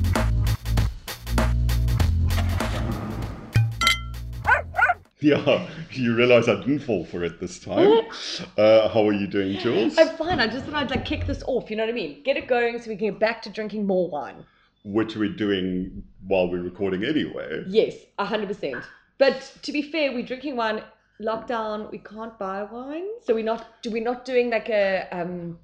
Yeah, you realise I didn't fall for it this time. Uh, how are you doing, Jules? I'm fine. I just thought I'd like kick this off. You know what I mean? Get it going so we can get back to drinking more wine. Which we're doing while we're recording anyway. Yes, hundred percent. But to be fair, we're drinking wine. Lockdown, we can't buy wine, so we're not. Do we're not doing like a um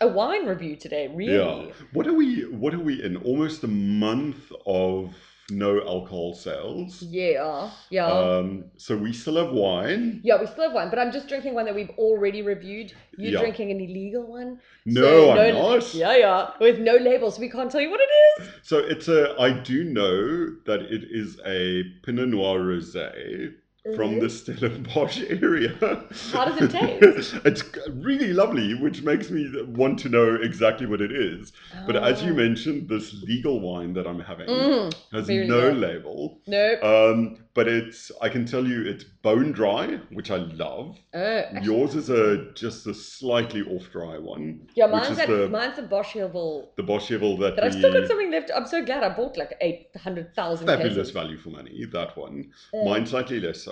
a wine review today? Really? Yeah. What are we? What are we in? Almost a month of no alcohol sales. Yeah. Yeah. Um, so we still have wine. yeah, we still have wine, but I'm just drinking one that we've already reviewed. You're Yeah. drinking an illegal one. No, So I'm not. Yeah, yeah. With no labels, we can't tell you what it is. So it's a. I do know that it is a Pinot Noir rosé from the Stellenbosch area. Mm-hmm. How does it taste? it's really lovely, which makes me want to know exactly what it is. But as you Oh. mentioned, this legal wine that I'm having Mm, has very no good. label. nope. Um, but it's I can tell you it's bone dry, which I love. Oh, actually- Yours is a just a slightly off dry one. yeah, which mine's is at, the mine's a Bosch Hill the Bosch Evil that, But I've we still got something left. I'm so glad I bought like 800,000 fabulous cases. value for money. That one, Uh, mine slightly less so.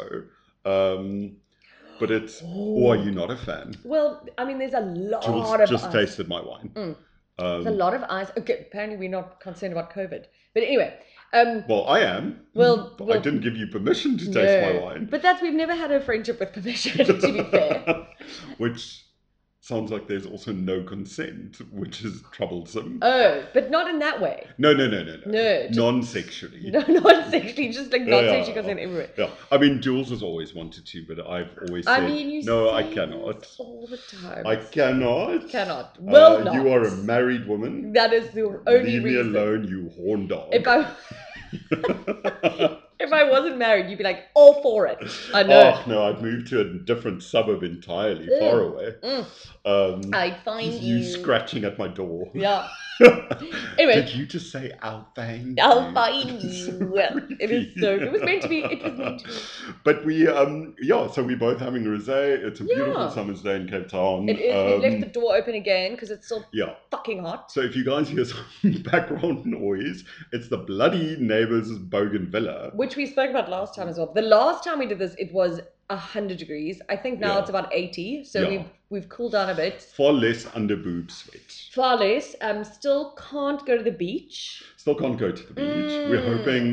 Um, but it's oh. or are you not a fan? Well, I mean, there's a lot Jules of just ice. tasted my wine. Mm. Um, There's a lot of ice. Okay, apparently we're not concerned about COVID. But anyway, um, Well, I am. Well- but I well- didn't give you permission to taste my no. wine, But that's, we've never had a friendship with permission, to be fair. which sounds like there's also no consent, which is troublesome. Oh, but not in that way. No, no, no, no, no. No, just- Non-sexually. No, not sexually, just like Yeah, not yeah, sexually yeah. consent everywhere. Yeah. I mean, Jules has always wanted to, but I've always said, I mean, you no, say I this cannot. all the time. I cannot. cannot. Uh, Well, not. You are a married woman. That is the only Leave reason. me alone, you horn dog. If I if I wasn't married, you'd be like all for it. I know. Oh, no, I'd move to a different suburb entirely, Mm. far away. Mm. Um, I find you you. scratching at my door. Yeah. Did Anyway, you just say, I'll find I'll you?" find you. It is so. It was meant to be. It was meant to be. But we, um, yeah, so we're both having rosé. It's a beautiful Yeah. summer's day in Cape Town. It is. Um, we left the door open again because it's still yeah. fucking hot. So if you guys hear some background noise, it's the bloody neighbours' bougainvillea. Which we spoke about last time as well. The last time we did this, it was hundred degrees. I think now Yeah. it's about eighty. So Yeah. we've we've cooled down a bit. Far less under boob sweat. Far less. Um, still can't go to the beach. Still can't go to the beach. We're Mm. hoping.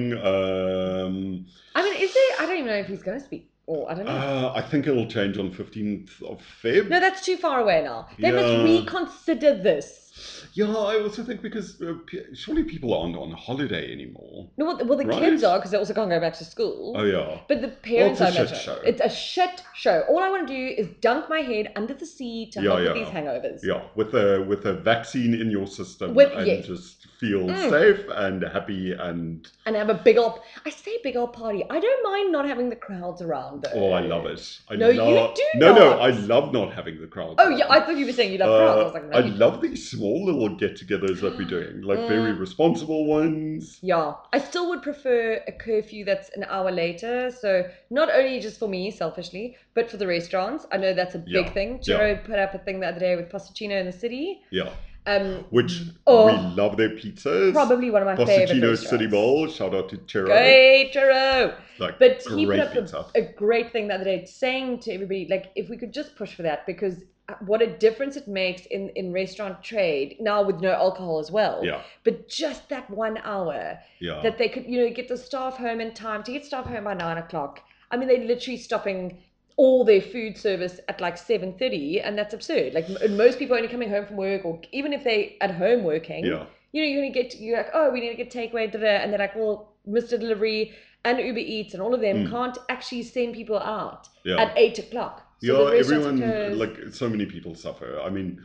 Um, I mean, is there? I don't even know if he's going to speak. Or I don't know. uh, I think it'll change on fifteenth of Feb. No, that's too far away now. They Yeah. must reconsider this. yeah, I also think because uh, pe- surely people aren't on holiday anymore. No, well, the- well the Right? kids are because they also can't go back to school. Oh yeah. But the parents Well, it's a are shit show. It's a shit show. All I want to do is dunk my head under the sea to Yeah, help yeah. with these hangovers. Yeah, with a with a vaccine in your system With- and yes. just feel Mm. safe and happy and And have a big old. I say big old party. I don't mind not having the crowds around though. oh, I love it. I No, you love- do No, no, not. I love not having the crowd. Oh yeah, I thought you were saying you love crowds. I was like, no. Uh, I you- love these small little get-togethers that we're doing, like very Mm. responsible ones. Yeah, I still would prefer a curfew that's an hour later. So not only just for me selfishly, but for the restaurants. I know that's a big Yeah, thing. yeah. Jero put up a thing the other day with Postacino in the city. Yeah, Um, which Oh. we love their pizzas. probably one of my favorite Posticino restaurants. City Bowl. Shout out to Chero. Great Jero. Like, But great he put up pizza. a, a great thing the other day, saying to everybody, like, if we could just push for that, because uh, what a difference it makes in in restaurant trade now with no alcohol as well. Yeah, But just that one hour. yeah. that they could, you know, get the staff home in time to get staff home by nine o'clock. I mean, they're literally stopping all their food service at like seven thirty, and that's absurd. Like m- most people are only coming home from work, or even if they at home working, yeah, you know, you're gonna get you're like, oh, we need to get takeaway, da da, and they're like, well, Mister Delivery and Uber Eats and all of them Mm. can't actually send people out yeah. at eight o'clock. yeah, the restaurants are everyone, closed. like, so many people suffer. I mean,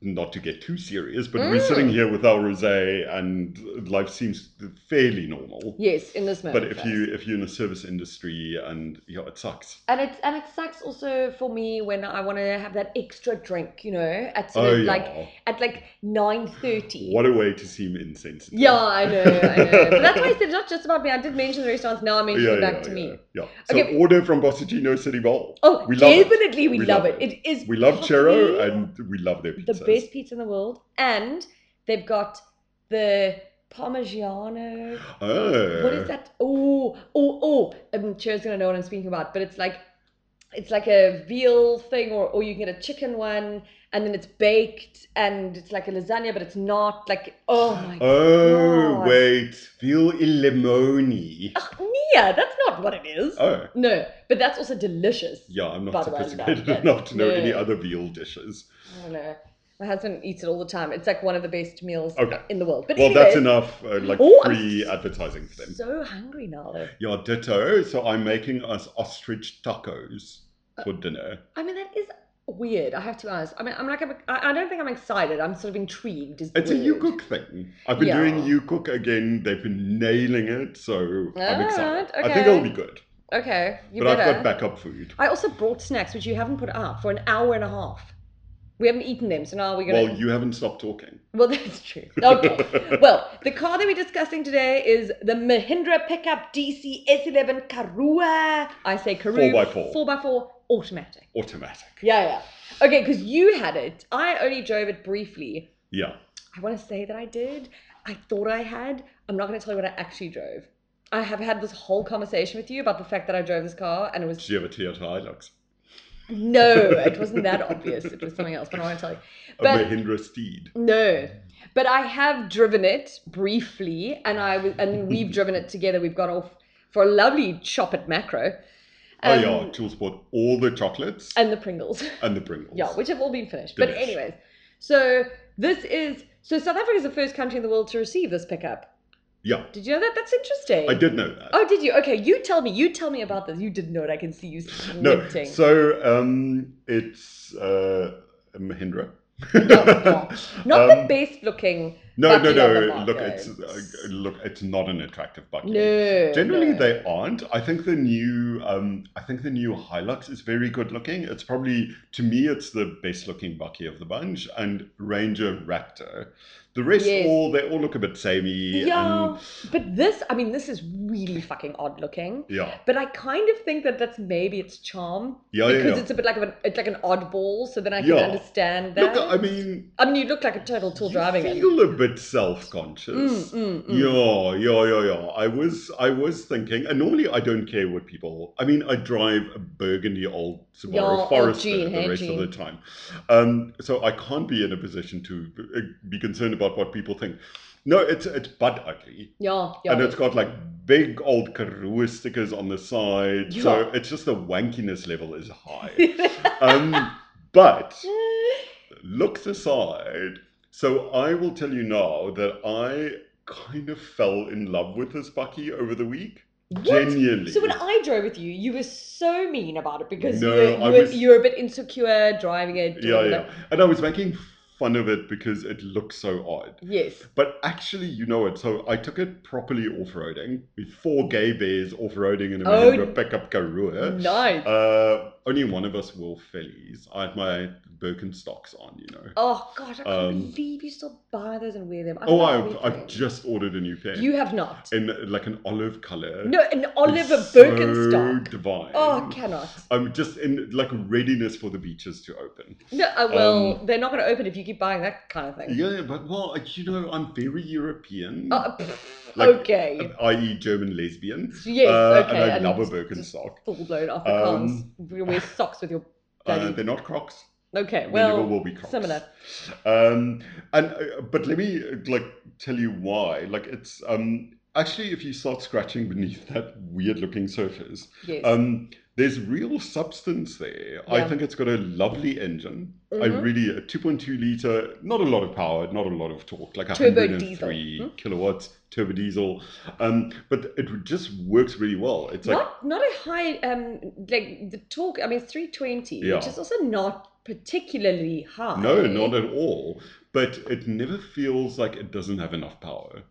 not to get too serious, but we're Mm. sitting here with our rosé and life seems fairly normal. yes, in this moment. But if for you if you're in the service industry and yeah, it sucks. And it and it sucks also for me when I want to have that extra drink, you know, at sort Oh of yeah, like at like nine thirty. what a way to seem insensitive. Yeah, I know, I know. But that's why I said it's not just about me. I did mention the restaurants. Now I'm Yeah, mentioning it yeah, back to yeah, me. yeah. So Okay. order from Bossagino City Bowl. Oh, We love it. definitely we, We love, love it. It is We love possibly Chero and we love their the pizzas. best pizza in the world, and they've got the Parmigiano. Oh. What is that? Oh, oh, oh. Um, Cher's gonna know what I'm speaking about, but it's like it's like a veal thing, or or you can get a chicken one, and then it's baked, and it's like a lasagna, but it's not. Like, oh my god. Oh, God. wait. Veal e limoni. Yeah, that's not what it is. Oh. No, but that's also delicious. Yeah, I'm By not the way, sophisticated that- enough to know yeah. any other veal dishes. I don't know. My husband eats it all the time. It's like one of the best meals Okay. in the world. But Oh. Well, anyway, that's enough, uh, like Oh, I'm free s- advertising for them. So hungry now, though. Yeah, ditto. So I'm making us ostrich tacos for dinner. I mean, that is weird. I have to be honest. I mean, I'm like, I'm, I I don't think I'm excited. I'm sort of intrigued. Is the It's a you word. cook thing. I've been Yeah. doing you cook again. They've been nailing it, so I'm excited. Alright, I think it'll okay. be good. Okay, you but better. I've got backup food. I also brought snacks, which you haven't put out for an hour and a half. We haven't eaten them, so now we're gonna. Well, you haven't stopped talking. Well, that's true. Okay. well, the car that we're discussing today is the Mahindra Pickup DC S11 Karua. I say Karoo. 4x4. 4x4 automatic. Automatic. Yeah, yeah. Okay, because you had it. I only drove it briefly. Yeah. I want to say that I did. I thought I had. I'm not going to tell you what I actually drove. I have had this whole conversation with you about the fact that I drove this car, and it was Did you have a Toyota Hilux? no, it wasn't that obvious. It was something else, but I want to tell you. A But- Mahindra Steed. No, but I have driven it briefly, and I was, and we've driven it together. We've gone off for a lovely chop at Macro. um, oh, yeah. Jules bought all the chocolates and, and the Pringles. the Pringles. Yeah, which have all been finished. But Finished. anyways, so this is so South Africa is the first country in the world to receive this pickup. yeah. Did you know that? That's interesting. I did know that. Oh, did you? Okay, you tell me. You tell me about this. You didn't know it. I can see you No, squinting. so um, it's uh, a Mahindra. gosh. Not the Um, best looking. No, no, Bucky on the no. Look, market. it's uh, look, it's not an attractive bucket. No. Generally, no. they aren't. I think the new, um, I think the new Hilux is very good looking. It's probably, to me, it's the best looking Bucky of the bunch, and Ranger Raptor. The rest, Yes. all they all look a bit samey. Yeah, and, but this, I mean, this is really fucking odd looking. yeah, But I kind of think that that's maybe its charm Oh, yeah, yeah. because yeah. it's a bit like of an, it's like an oddball. So then I can Yeah. understand that. Look, I mean, I mean, you look like a total tool you driving it. feel a bit self-conscious. Mm, mm, mm. Yeah, yeah, yeah, yeah. I was, I was thinking, and normally I don't care what people. I mean, I drive a burgundy old Yeah, Subaru old Forester Jean, the hey, rest of Jean. the time, um, so I can't be in a position to uh, be concerned about what people think. No, it's it's butt ugly, Yeah, yeah. and it's got like big old Karoo stickers on the side, so Yeah. it's just the wankiness level is high. um, but looks aside, so I will tell you now that I kind of fell in love with this Bucky over the week. What? Genuinely. So when I drove with you, you were so mean about it because No, you, were, you, I were, was- you were a bit insecure driving it. yeah, all yeah. that. And I was making fun of it because it looked so odd. Yes. But actually, you know it. So I took it properly off roading with four gay bears off roading in a Oh. Mahindra pickup Karoo. Nice. Uh, only one of us wore fillies. I had my Birkenstocks on, you know. oh God, I can't um, believe you still buy those and wear them. I Oh, love I've, I've everything. just ordered a new pair. You have not. in like an olive color. No, an Oliver It's Birkenstock. So divine. Oh, I cannot. I'm just in like readiness for the beaches to open. No, uh, well, Um, they're not going to open if you keep buying that kind of thing. Yeah, yeah, but well, I- you know, I'm very European, Uh, pff, Like, um, okay. i.e., German lesbian. yes, uh, okay. And I and love a just Birkenstock. Full blown Afrikaans. Um, you wear socks with your. Uh, bloody- they're not Crocs. Okay, They well, never will be Crocs. similar. Um, and uh, but let me uh, like tell you why. Like it's um actually, if you start scratching beneath that weird-looking surface, Yes. Um, there's real substance there. I Yeah. think it's got a lovely engine. I Mhm. really, uh, a 2.2 liter, not a lot of power, not a lot of torque, like Turbo 103 diesel, Hmm? kilowatts, turbo diesel. Um, but it just works really well. It's like, not not a high um like the torque. I mean, three twenty, which Yeah. is also not particularly high. no, not at all. But it never feels like it doesn't have enough power.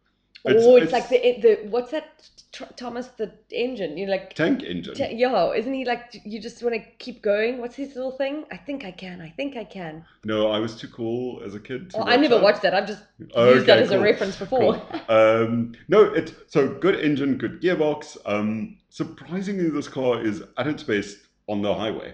It's- Or Oh, it's, it's- like the the what's that tr- Thomas the engine? You're like. Tank engine. T- yo, isn't he like you just want to keep going? What's his little thing? I think I can. I think I can. No, I was too cool as a kid to Oh, I watch never that. watched that. I've just used Okay, that as a cool. reference before. Cool. Um, no, it's so good engine, good gearbox. Um, surprisingly, this car is at its best on the highway.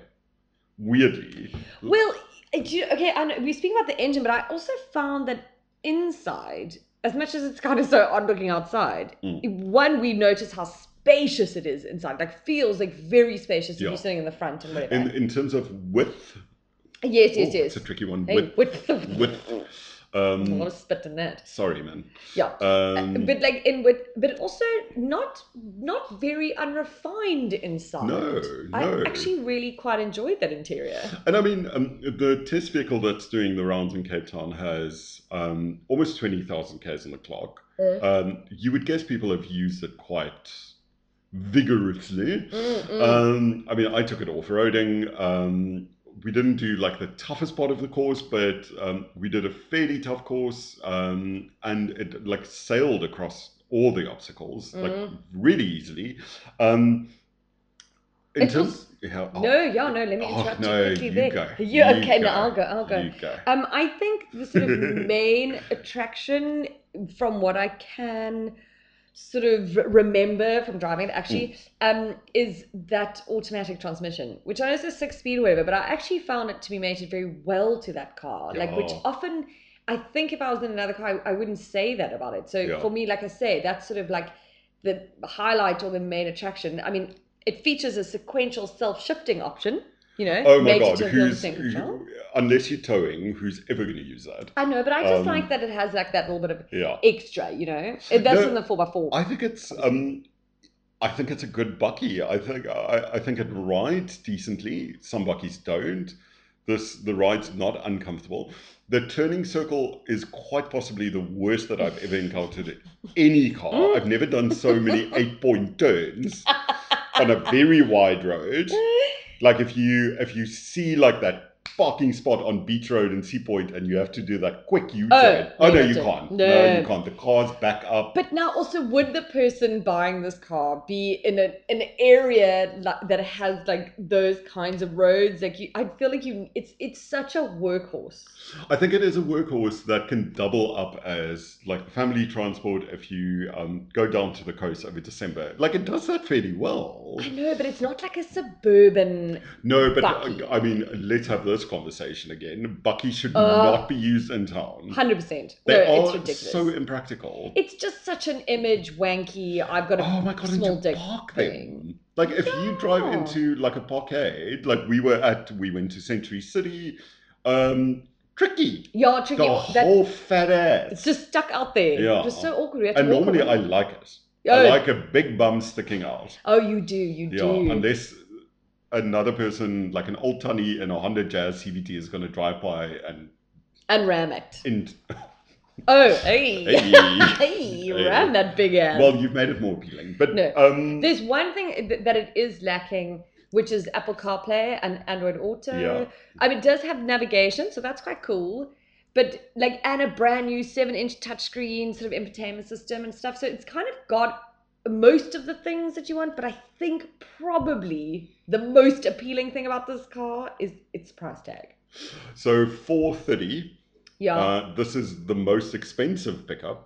Weirdly, uh, Well, do you, okay, I know, we speak about the engine, but I also found that inside as much as it's kind of so odd looking outside, Mm. one, we notice how spacious it is inside. Like, feels like very spacious if Yeah. you're sitting in the front and whatever. In in terms of width, yes, yes, oh, yes. it's a tricky one. Hey, Width, width. width. a lot Um, of spit in that. sorry, man. Yeah. Um, but like in with but also not not very unrefined inside. No, no. I actually really quite enjoyed that interior. And I mean, um, the test vehicle that's doing the rounds in Cape Town has um, almost 20,000 Ks on the clock. Mm. Um, you would guess people have used it quite vigorously. Mm-mm. Um, I mean, I took it off roading. Um, we didn't do like the toughest part of the course, but um, we did a fairly tough course um, and it like sailed across all the obstacles like Mhm. really easily. Um, in It terms, was- yeah, oh, no, yeah, no, let me Oh, interrupt no, you quickly you there. go, Yeah, you okay, go, no, I'll go, I'll go. you go. Um, I think the sort of main attraction from what I can sort of remember from driving it actually Hmm. um, is that automatic transmission, which I know is a six speed or whatever, but I actually found it to be mated very well to that car. Like, which Yeah. often I think if I was in another car, I, I wouldn't say that about it. So Yeah. for me, like I say, that's sort of like the highlight or the main attraction. I mean, it features a sequential self shifting option. You know, Oh my mated god, to a hill who's descent control. who, unless you're towing, who's ever going to use that? I know, but I just Um, like that it has like that little bit of Yeah, extra, you know. It, that's No, in the four x four. I think it's um, I think it's a good bucky. I think I, I think it rides decently. Some buckies don't. This the ride's not uncomfortable. The turning circle is quite possibly the worst that I've ever encountered in any car. I've never done so many eight point turns on a very wide road. like if you if you see like that parking spot on beach road in sea point and you have to do that quick u-turn oh, no, no you you don't. can't no. No. you can't the car's back up But now, also, would the person buying this car be in an an area li- that has like those kinds of roads? Like, you, I feel like you, it's it's such a workhorse. i think it is a workhorse that can double up as like family transport if you um, go down to the coast over december like it does that fairly well I know, but it's not like a suburban. no but Bucky. uh, i mean let's have this conversation again bucky should Uh, not be used in town Hundred percent. No, they it's are ridiculous. so impractical it's just such an image wanky. I've got a Oh my god, small and you dick park thing. them. Like if you drive Yeah. into like a parkade, like we were at we went to Century City, um tricky. Yeah, tricky. The that, whole fat ass. it's just stuck out there. Yeah. It was so awkward. We had to and walk normally I around. like it. Oh, I like a big bum sticking out. Oh, you do, you Yeah. do. Unless another person like an old tunny in a Honda Jazz CVT is gonna drive by and and ram it. and Oh, hey. Hey, hey. ram that big ass. well you've made it more appealing. But No. um There's one thing th- that it is lacking, which is Apple CarPlay and Android Auto. Yeah. I mean, it does have navigation, so that's quite cool. But like, and a brand new seven-inch touchscreen sort of entertainment system and stuff. So it's kind of got most of the things that you want. But I think probably the most appealing thing about this car is its price tag. so four thirty Yeah. Uh, this is the most expensive pickup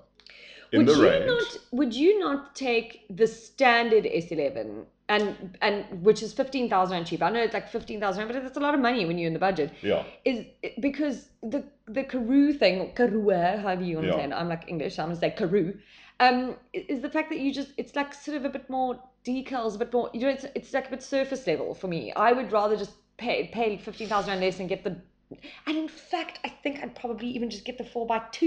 in would the you range. not would you not take the standard S11 and and which is 15,000 and cheap. I know it's like 15,000 but that's a lot of money when you're in the budget. Yeah, Is because the the Karoo thing, Karoo, however you want Yeah. to say it. I'm like English, so I'm going to say Karoo. Um i- is the fact that you just it's like sort of a bit more decals, a bit more you know it's it's like a bit surface level for me. I would rather just pay pay 15,000 and less and get the and in fact, I think I'd probably even just get the 4x2.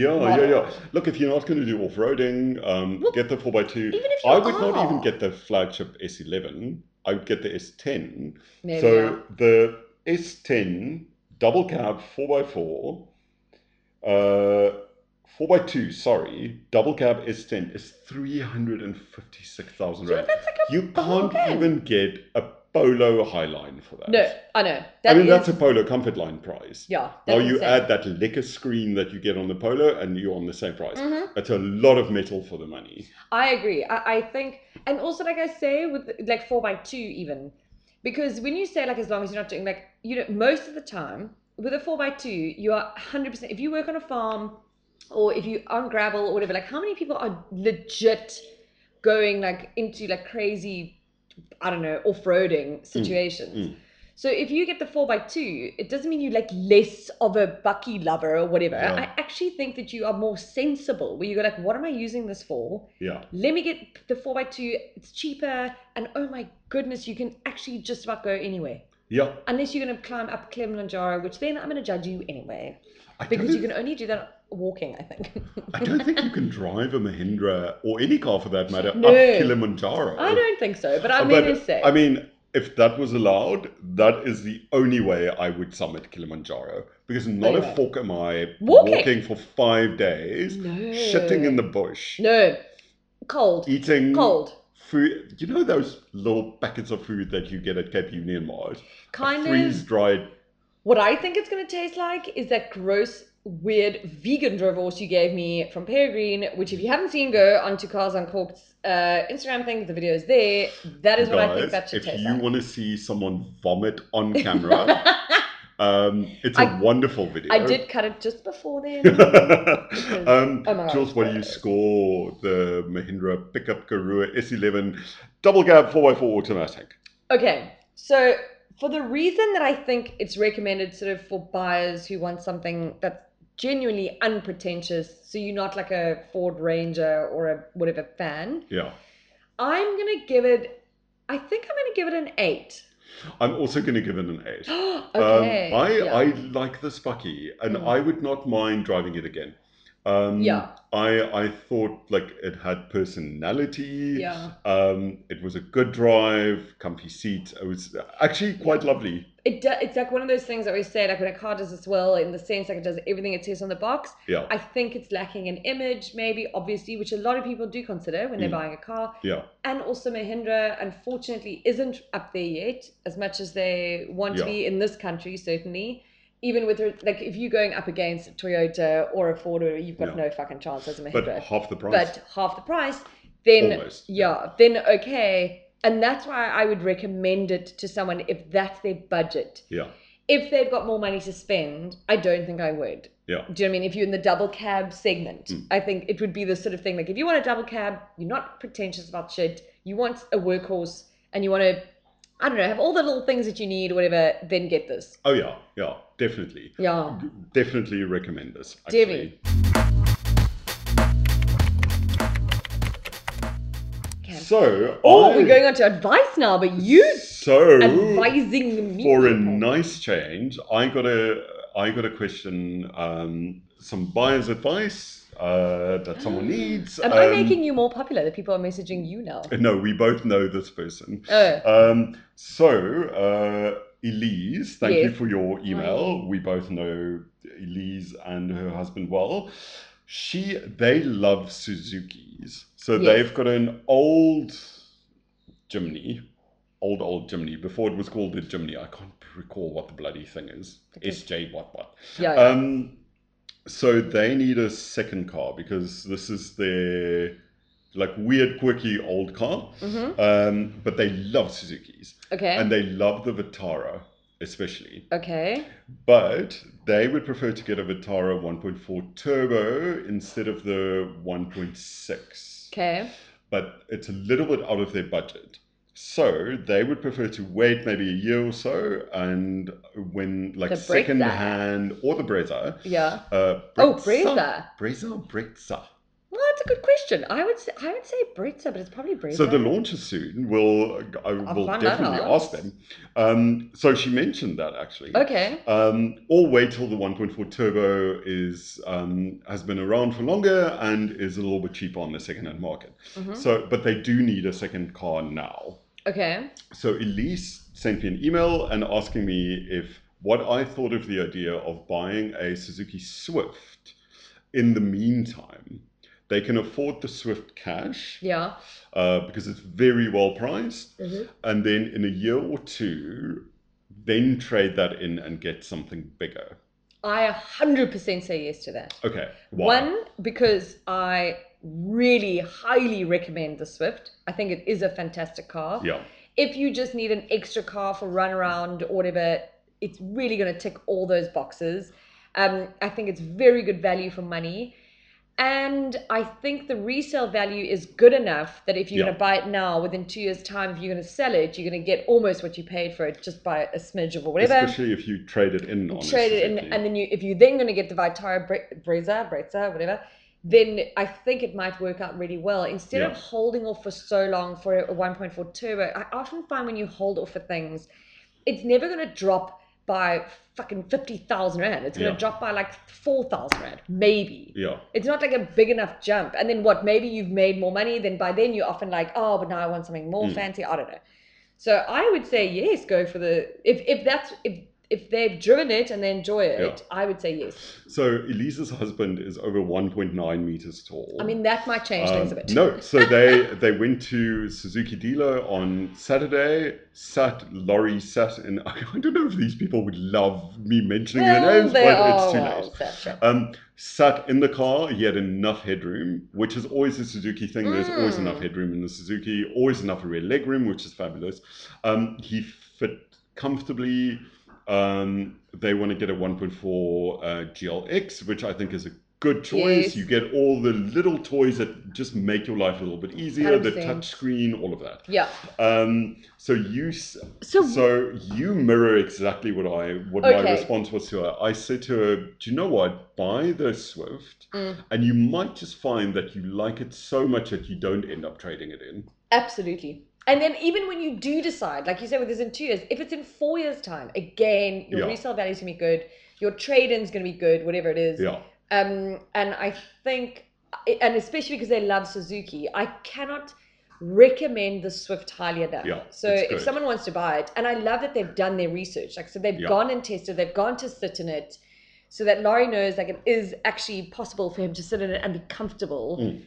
yeah, Model. yeah, yeah. Look, if you're not going to do off roading, um, Well, get the 4x2. Even if you I would not are. even get the flagship S11, I would get the S10. Maybe so yeah. the S10 double cab 4x4, uh, 4x2, sorry, double cab S10 is 356,000 So rand. that's like a You can't bargain. even get a polo highline for that. No, I know. I mean, that's is- a polo comfort line price. yeah. Now that's you insane. add that liquor screen that you get on the polo, and you're on the same price. Mhm. That's a lot of metal for the money. I agree. I, I think, and also like I say with like four by two even, because when you say like as long as you're not doing like you know most of the time with a four by two you are hundred percent if you work on a farm or if you on gravel or whatever like how many people are legit going like into like crazy I don't know off roading situations. mm. So if you get the four by two, it doesn't mean you like less of a bucky lover or whatever. Yeah. I actually think that you are more sensible where you go like, what am I using this for? Yeah. Let me get the four by two, it's cheaper, and oh my goodness, you can actually just about go anywhere. Yeah. Unless you're gonna climb up Kilimanjaro, which then I'm gonna judge you anyway. I Because don't- you can only do that walking, I think. I don't think you can drive a Mahindra or any car for that matter No. up Kilimanjaro. I don't think so, but I'm But, gonna say I mean, if that was allowed, that is the only way I would summit Kilimanjaro because not Anyway. a fork am I Walking. for five days, no. shitting in the bush, No. Cold. eating Cold. food. You know those little packets of food that you get at Cape Union Mart, Kind of freeze dried. What I think it's going to taste like is that gross, weird vegan divorce you gave me from Peregrine, which if you haven't seen, go onto Cars Uncorked's uh, Instagram thing. The video is there. That is what I think that Guys, should if taste you like. want to see someone vomit on camera, um, it's a I- wonderful video. I did cut it just before then. um, oh my God, Jules, what do you it's score the Mahindra pickup Karua S11 double cab 4x4 automatic? okay, so for the reason that I think it's recommended sort of for buyers who want something that's genuinely unpretentious, so you're not like a Ford Ranger or a whatever fan. Yeah. I'm gonna give it. I think I'm gonna give it an eight. I'm also going to give it an 8. okay. Um, I, yeah. I like this Bucky, and Mm. I would not mind driving it again. Um, Yeah. I, I thought like it had personality. yeah. Um, it was a good drive, comfy seat. It was actually quite lovely. It do, it's like one of those things that we say, like when a car does this well, in the sense like it does everything it says on the box. Yeah. I think it's lacking in image, maybe obviously, which a lot of people do consider when they're Mm. buying a car. Yeah. And also Mahindra, unfortunately, isn't up there yet as much as they want to Yeah. be in this country, certainly. Even with re- like if you're going up against a Toyota or a Ford, or you've got Yeah. no fucking chance as a Mahindra. but half the price. but half the price, then Almost, yeah, then okay. And that's why I would recommend it to someone if that's their budget. yeah. If they've got more money to spend, I don't think I would. Yeah. Do you know what I mean? If you're in the double cab segment, Mm. I think it would be the sort of thing like if you want a double cab, you're not pretentious about shit, you want a workhorse and you want to, I don't know, have all the little things that you need or whatever, then get this. Oh, yeah. Yeah. Definitely. Yeah. Definitely recommend this. Actually. Debbie. Okay. So, Oh, I- we're going on to advice now, but you so advising me. for a people. nice change. I got a I got a question, um, some buyer's advice uh, that someone needs. Am I um, making you more popular that people are messaging you now? No, we both know this person. Oh, Um, so, uh, Elise, thank you Yes. for your email. Hi. We both know Elise and her husband well. She, they love Suzuki's. So Yes. they've got an old Jimny, old old Jimny. Before it was called the Jimny, I can't recall what the bloody thing is. Okay. SJ what what. yeah. yeah. Um, so they need a second car because this is their like weird, quirky old car. Mhm. Um, but they love Suzuki's Okay. and they love the Vitara especially. okay. But they would prefer to get a Vitara 1.4 turbo instead of the 1.6. Okay. But it's a little bit out of their budget. So they would prefer to wait maybe a year or so and when like The Brezza. second hand or the Brezza. Yeah. Uh, Oh, Brezza. Brezza. Brezza or Brezza? Well, that's a good question. I would say, I would say Brezza, but it's probably Brezza. So the launch is soon. We'll I will find that definitely out. ask them. Um, so she mentioned that actually. Okay. Um, or wait till the 1.4 turbo is um, has been around for longer and is a little bit cheaper on the second-hand market. Mhm. So, but they do need a second car now. Okay. So Elise sent me an email and asking me if what I thought of the idea of buying a Suzuki Swift in the meantime. They can afford the Swift cash Yeah. uh, because it's very well priced, Mhm. and then in a year or two, then trade that in and get something bigger. I a hundred percent say yes to that. Okay. Why? One because I really highly recommend the Swift. I think it is a fantastic car. Yeah. if you just need an extra car for run around or whatever, it's really going to tick all those boxes. Um, I think it's very good value for money. And I think the resale value is good enough that if you're Yeah. going to buy it now, within two years' time, if you're going to sell it, you're going to get almost what you paid for it just by a smidge of or whatever. Especially if you trade it in on a trade it in, Suzuki. and then you, if you're then going to get the Vitara Bre- Brezza, Brezza, whatever, then I think it might work out really well. Instead of Yeah. holding off for so long for a 1.4 turbo, I often find when you hold off for things, it's never going to drop by fucking 50,000 Rand. It's going to Yeah. drop by like 4,000 Rand, maybe. yeah, It's not like a big enough jump. And then what? Maybe you've made more money. Then by then you're often like, oh, but now I want something more Mm. fancy. I don't know. So I would say yes, go for the if if that's if if they've driven it and they enjoy it, I would say yes. so Elisa's husband is over 1.9 meters tall. I mean that might change things a Um, bit. No, so they they went to Suzuki Dealer on Saturday. Sat Laurie sat in. I don't know if these people would love me mentioning Well, their names, they but are it's too well, late. that's right. Um, sat in the car. He had enough headroom, which is always a Suzuki thing. There's always Mm. enough headroom in the Suzuki. Always enough rear leg room, which is fabulous. Um, he fit comfortably. Um, they want to get a 1.4 uh, GLX, which I think is a good choice. Yes. You get all the little toys that just make your life a little bit easier. The 100%. touch screen, all of that. Yeah. Um, so you s- So, so you mirror exactly what I what my Okay. response was to her. I said to her, "Do you know what? Buy the Swift, Mm. and you might just find that you like it so much that you don't end up trading it in." absolutely. And then even when you do decide, like you said, with this in two years, if it's in four years' time, again, your Yeah. resale value is gonna be good, your trade in's gonna be good, whatever it is. Yeah, Um, and I think, and especially because they love Suzuki, I cannot recommend the Swift highly enough. Yeah, so it's good. if someone wants to buy it, and I love that they've done their research, like so they've Yeah. gone and tested, they've gone to sit in it, so that Laurie knows like it is actually possible for him to sit in it and be comfortable. Mm.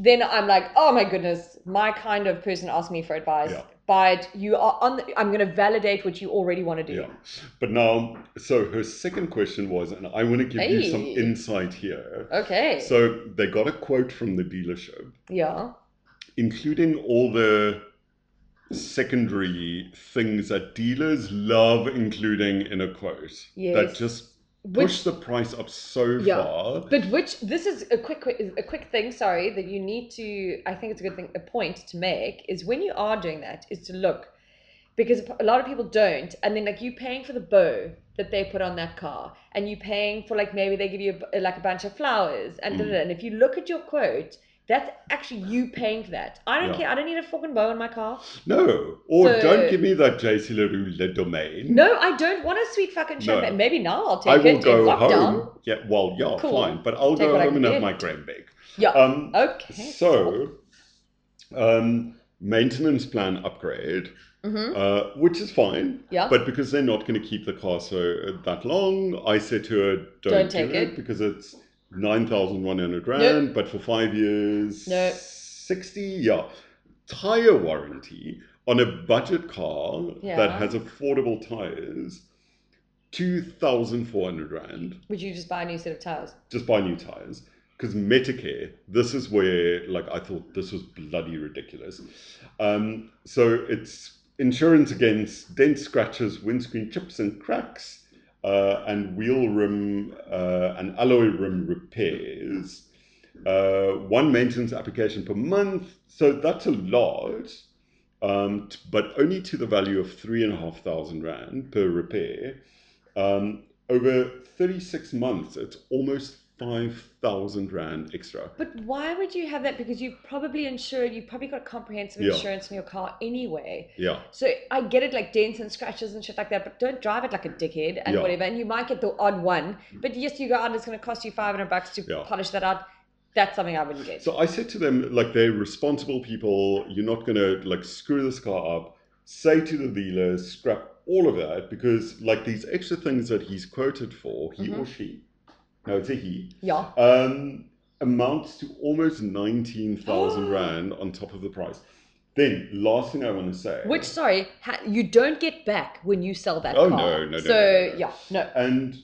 Then I'm like, oh my goodness, my kind of person asked me for advice. Yeah. Buy it. You are on. The, I'm going to validate what you already want to do. yeah. But now, so her second question was, and I want to give you some Hey. insight here. Okay. So they got a quote from the dealership, yeah. including all the secondary things that dealers love including in a quote that Yes. just Which push the price up so Yeah. far. But which this is a quick a quick thing. Sorry that you need to. I think it's a good thing a point to make is when you are doing that is to look because a lot of people don't, and then like you paying for the bow that they put on that car, and you paying for like maybe they give you a bu- like a bunch of flowers, and da, Mm. da, da. and if you look at your quote. That's actually you paying for that. I don't Yeah. care. I don't need a fucking bow on my car. No, or So- don't give me that JC LaRue Le Domain. No, I don't want a sweet fucking champagne. Maybe now I'll take I it. will in go lockdown. home. Yeah, well, yeah, Cool. fine, but I'll Take go what I home and can have get. my Grandbag. Yeah. Um, okay. so, um, maintenance plan upgrade, hmm uh, which is fine, Yeah. but because they're not going to keep the car so uh, that long, I said to her, "Don't, Don't do take it it. because it's nine thousand one hundred rand, but for five years, Nope. sixty, yeah, tire warranty on a budget car that Yeah. has affordable tires, two thousand four hundred rand." Would you just buy a new set of tires? just buy new tires because Medicare, this is where like I thought this was bloody ridiculous. Um, so it's insurance against dent scratches, windscreen chips and cracks, uh, and wheel rim uh, and alloy rim repairs. Uh, one maintenance application per month, so that's a lot, um, t- but only to the value of three and a half thousand rand per repair. Um, over 36 months, it's almost 5,000 Rand extra. But why would you have that? Because you've probably insured, you've probably got comprehensive Yeah. insurance in your car anyway. Yeah. So I get it, like dents and scratches and shit like that, but don't drive it like a dickhead and Yeah. whatever. And you might get the odd one, but yes, you go out and it's going to cost you 500 bucks to Yeah. polish that out. That's something I wouldn't get. So I said to them, like, they're responsible people. You're not going to, like, screw this car up. Say to the dealer, scrap all of that because, like, these extra things that he's quoted for, he or she, no, it's a he, yeah. um, amounts to almost 19,000 Rand on top of the price. Then, last thing I want to say. Which, sorry, ha- you don't get back when you sell that Oh, car. no, no, no, So, no, no, no. yeah, no. And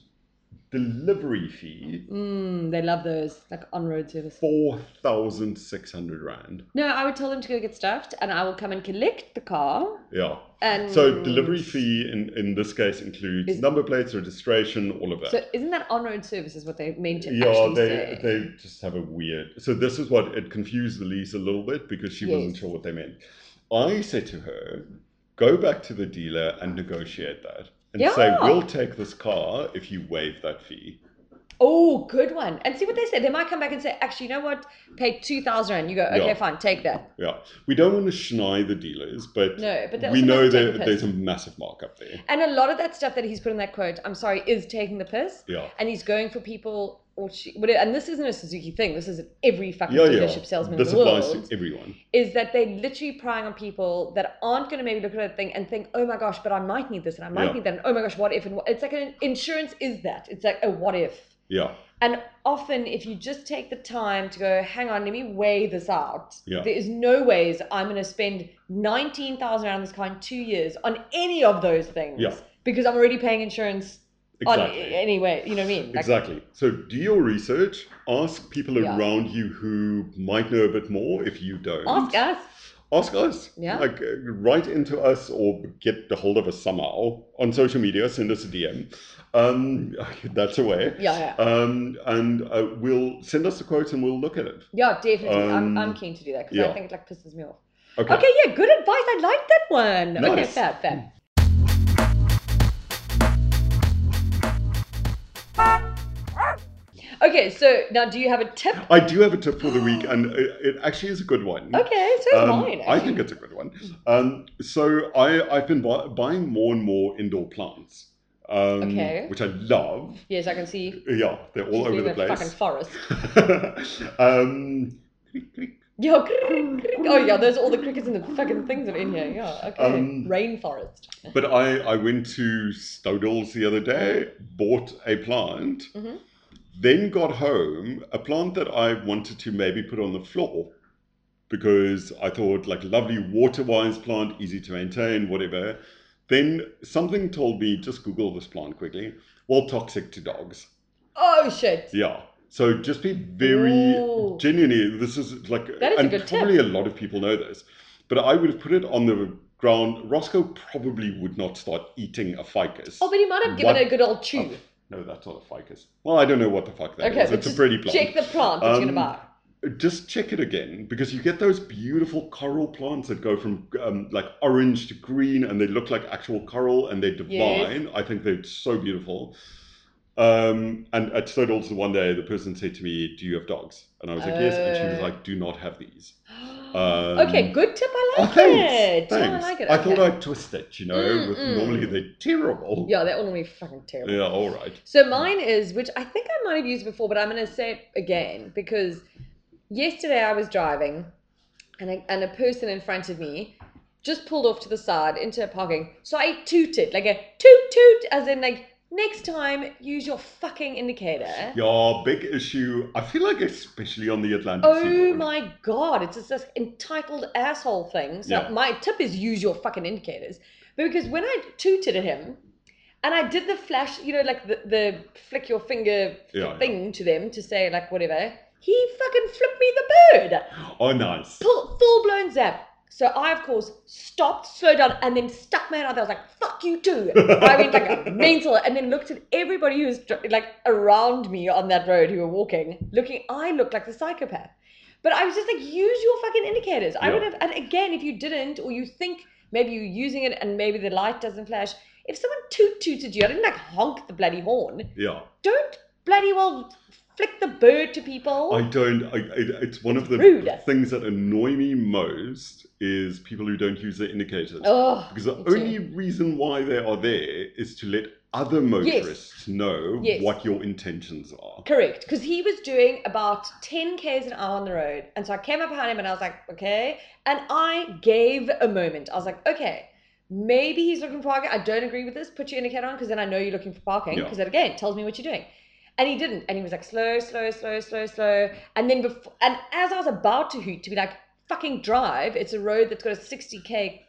delivery fee Mm, they love those like on-road service. four thousand six hundred rand. No, I would tell them to go get stuffed, and I will come and collect the car. Yeah. And So delivery fee in, in this case includes Is- number plates, registration, all of that. So isn't that on-road service is what they meant to yeah, actually they say? they just have a weird. So this is what it confused the Elise a little bit because she wasn't Yes. sure what they meant. I said to her, go back to the dealer and negotiate that and say Yeah. we'll take this car if you waive that fee. Oh, good one. And see what they say. They might come back and say, actually, you know what? Pay two thousand rand. You go, okay, Yeah. fine, take that. Yeah, we don't want to schnei the dealers, but No, but they we also know must take that the there's piss. a massive markup there. And a lot of that stuff that he's put in that quote, I'm sorry, is taking the piss. Yeah, And he's going for people, or she, what- and this isn't a Suzuki thing. This is every fucking yeah, dealership yeah. salesman This in the applies world. to everyone. is that they literally prying on people that aren't going to maybe look at that thing and think, oh my gosh, but I might need this and I might Yeah. need that. And oh my gosh, what if? And what? It's like an insurance is that. It's like a what if. Yeah, And often, if you just take the time to go, hang on, let me weigh this out. Yeah. There is no ways I'm going to spend 19,000 around this car in two years on any of those things Yeah. because I'm already paying insurance on exactly. anyway. You know what I mean? Like, Exactly. So do your research. Ask people Yeah. around you who might know a bit more. If you don't, Ask us. Ask us. Yeah. Like uh, write into us or get a hold of us somehow on social media. Send us a DM. Um, that's a way. Yeah, yeah. Um, and uh, we'll send us the quotes and we'll look at it. Yeah, definitely. Um, I'm, I'm keen to do that because yeah. I think it like pisses me off. Okay. Okay, yeah, good advice. I like that one. Okay, Nice. fab, fab. Okay, so now do you have a tip? I do have a tip for the week, and it, it actually is a good one. Okay, so is Um, mine. I actually. think it's a good one. Um, so I, I've been bu- buying more and more indoor plants, um, Okay. which I love. Yes, I can see. Yeah, they're all she's over doing the that Fucking place. forest. um, Yeah, crick, crick. oh yeah, there's all the crickets and the fucking things that are in here. Yeah, okay. Um, Rainforest. But I, I went to Stodall's the other day, bought a plant, Mhm. then got home, a plant that I wanted to maybe put on the floor because I thought, like, lovely water wise plant, easy to maintain, whatever. Then something told me, just Google this plant quickly. Well, toxic to dogs. Oh shit. Yeah. So just be very Ooh. genuinely. This is like, That is a and good tip. probably a lot of people know this, but I would have put it on the ground. Roscoe probably would not start eating a ficus. Oh, but he might have given What? it a good old chew. no, that's not a ficus. Well, I don't know what the fuck that is. Okay, but It's a just pretty plant. Check the plant that you're Um, gonna buy. Just check it again because you get those beautiful coral plants that go from um, like orange to green and they look like actual coral and they're Yes. divine. I think they're so beautiful. Um, and at Stodall's the one day, the person said to me, Do you have dogs? And I was like, Yes. And she was Oh. like, Do not have these. okay, Um, good tip. I Oh, like thanks. it. Oh, thanks. I like it. thought okay. I'd twist it, you know, Mm, with- mm. normally they're terrible. Yeah, they're all gonna be fucking terrible. Yeah, all right. So mine is, which I think I might have used before, but I'm going to say it again because yesterday I was driving and a, and a person in front of me just pulled off to the side into a parking. So I tooted, like a toot toot, as in like, next time use your fucking indicator. Your big issue, I feel like, especially on the Atlantic Oh seaboard. my god, it's just this entitled asshole thing. So Yeah. my tip is use your fucking indicators. But because when I tooted at him and I did the flash, you know, like the, the flick your finger Yeah, thing to them to say like whatever, he fucking flipped me the bird. Oh, nice. Full, full blown zap. So I of course stopped, slowed down, and then stuck my head out there. I was like, fuck you too. I went like mental and then looked at everybody who was dr- like around me on that road who were walking, looking, I looked like the psychopath. But I was just like, use your fucking indicators. I Yeah. would have, and again, if you didn't, or you think maybe you're using it and maybe the light doesn't flash, if someone toot tooted you, I didn't like honk the bloody horn. Yeah. Don't bloody well flick the bird to people. I don't. I, it, it's one of the Rude. things that annoy me most is people who don't use their indicators. Ugh. because the Oh, me too. only reason why they are there is to let other motorists know Yes. what your intentions are. Correct, because he was doing about 10 k's an hour on the road, and so I came up behind him and I was like, okay, and I gave a moment. I was like, okay, maybe he's looking for parking. I don't agree with this. Put your indicator on because then I know you're looking for parking Yeah. because that again tells me what you're doing. And he didn't, and he was like slow, slow, slow, slow, slow, and then before, and as I was about to hoot to be like fucking drive, it's a road that's got a 60k,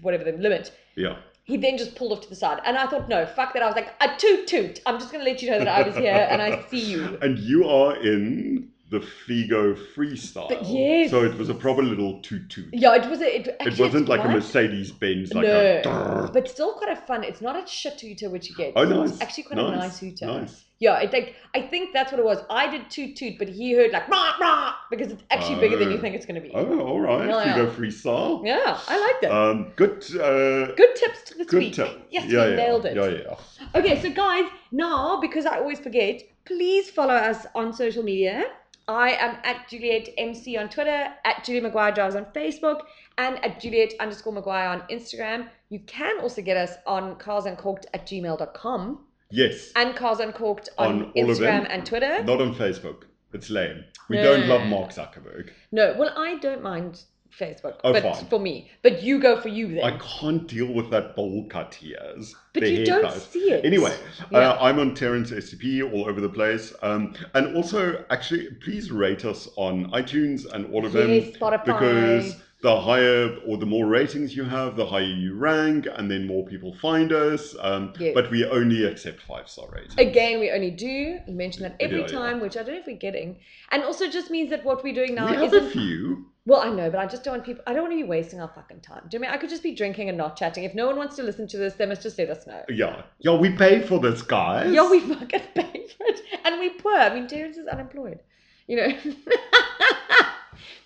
whatever the limit. Yeah. he then just pulled off to the side. And I thought, no, fuck that. I was like, a toot toot. I'm just going to let you know that I was here and I see you. And you are in the Figo freestyle. But yes. So it was a proper little toot toot. Yeah, it was a, it, It actually, wasn't like a quite- Mercedes Benz, like a. no, but still quite a fun. It's not a shit hooter which you get. Oh, It's nice. actually quite nice, a nice hooter. Nice. Yeah, I think I think that's what it was. I did toot toot, but he heard like rah rah because it's actually bigger than you Oh. think it's going to be. Oh, all right. Yeah, Figo freestyle. Yeah, I liked it. Um, good. Uh, good tips to this good week. tip. Yes, yeah, we yeah, nailed it. Yeah, yeah. Okay, so guys, now because I always forget, please follow us on social media. I am at Juliet MC on Twitter, at Julie Maguire Drives on Facebook, and at Juliet underscore Maguire on Instagram. You can also get us on carsuncorked at gmail.com Yes. and Cars Uncorked on, On all of Instagram them. and Twitter. Not on Facebook. It's lame. We No. don't love Mark Zuckerberg. No, well, I don't mind Facebook, Oh, but fine. for me. But you go for you then. I can't deal with that bowl cut he has. but the you don't haircut. see it. Anyway, Yeah. uh, I'm on Terrence SCP all over the place. Um, and also, actually, please rate us on iTunes and all of them. Yes, Spotify. because the higher or the more ratings you have, the higher you rank, and then more people find us. Um, Yes. But we only accept five star ratings. Again, we only do. You mention that every Yeah, yeah. time, which I don't know if we're getting. And also just means that what we're doing now we have a isn't. few. Well, I know, but I just don't want people. I don't want to be wasting our fucking time. Do you know what I mean I could just be drinking and not chatting? If no one wants to listen to this, they must just let us know. Yeah. Yeah, we pay for this, guys. Yeah, we fucking pay for it. And we poor. I mean, Terrence is unemployed. You know.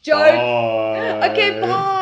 Joke. Bye. Oh. Okay, bye.